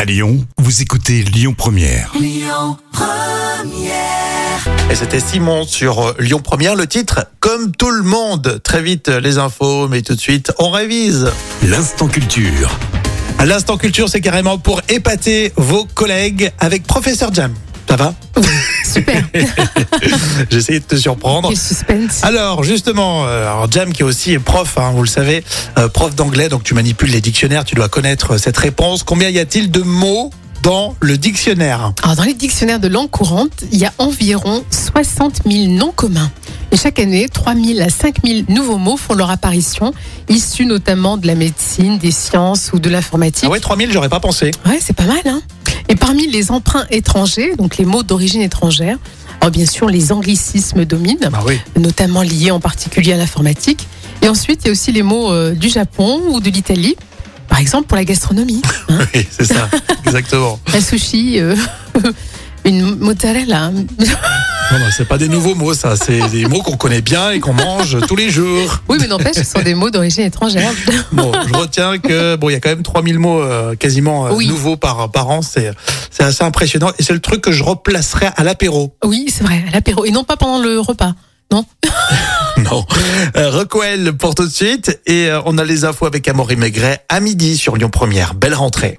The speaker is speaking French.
À Lyon, vous écoutez Lyon Première. Et c'était Simon sur euh, Lyon Première. Le titre, comme tout le monde. Très vite euh, les infos, mais tout de suite on révise. L'instant culture. L'instant culture, c'est carrément pour épater vos collègues avec Professeur Jam. Ça va Super, J'essayais de te surprendre. quel suspense. Alors justement, euh, alors Jam qui est aussi prof, hein, vous le savez, euh, prof d'anglais, donc tu manipules les dictionnaires, tu dois connaître euh, cette réponse. Combien y a-t-il de mots dans le dictionnaire Alors, Ah, dans les dictionnaires de langue courante, il y a environ 60 000 noms communs. Et chaque année, 3 000 à 5 000 nouveaux mots font leur apparition, issus notamment de la médecine, des sciences ou de l'informatique. Ah ouais, 3000, j'aurais pas pensé. Ouais, c'est pas mal, hein Et parmi les emprunts étrangers, donc les mots d'origine étrangère, alors bien sûr, les anglicismes dominent, Bah oui. notamment liés en particulier à l'informatique. Et ensuite, il y a aussi les mots euh, du Japon ou de l'Italie, par exemple pour la gastronomie. hein. Oui, c'est ça, exactement. Un sushi, euh, une mozzarella. hein. Non, non, c'est pas des nouveaux mots, ça. C'est des mots qu'on connaît bien et qu'on mange tous les jours. Oui, mais n'empêche, ce sont des mots d'origine étrangère. Bon, je retiens que bon, il y a quand même 3000 mots euh, quasiment euh, Oui. nouveaux par, par an. C'est, c'est assez impressionnant. Et c'est le truc que je replacerai à l'apéro. Oui, c'est vrai, à l'apéro. Et non pas pendant le repas. Non Non. Euh, Recoel pour tout de suite. Et euh, on a les infos avec Amaury Maigret à midi sur Lyon Première. Belle rentrée.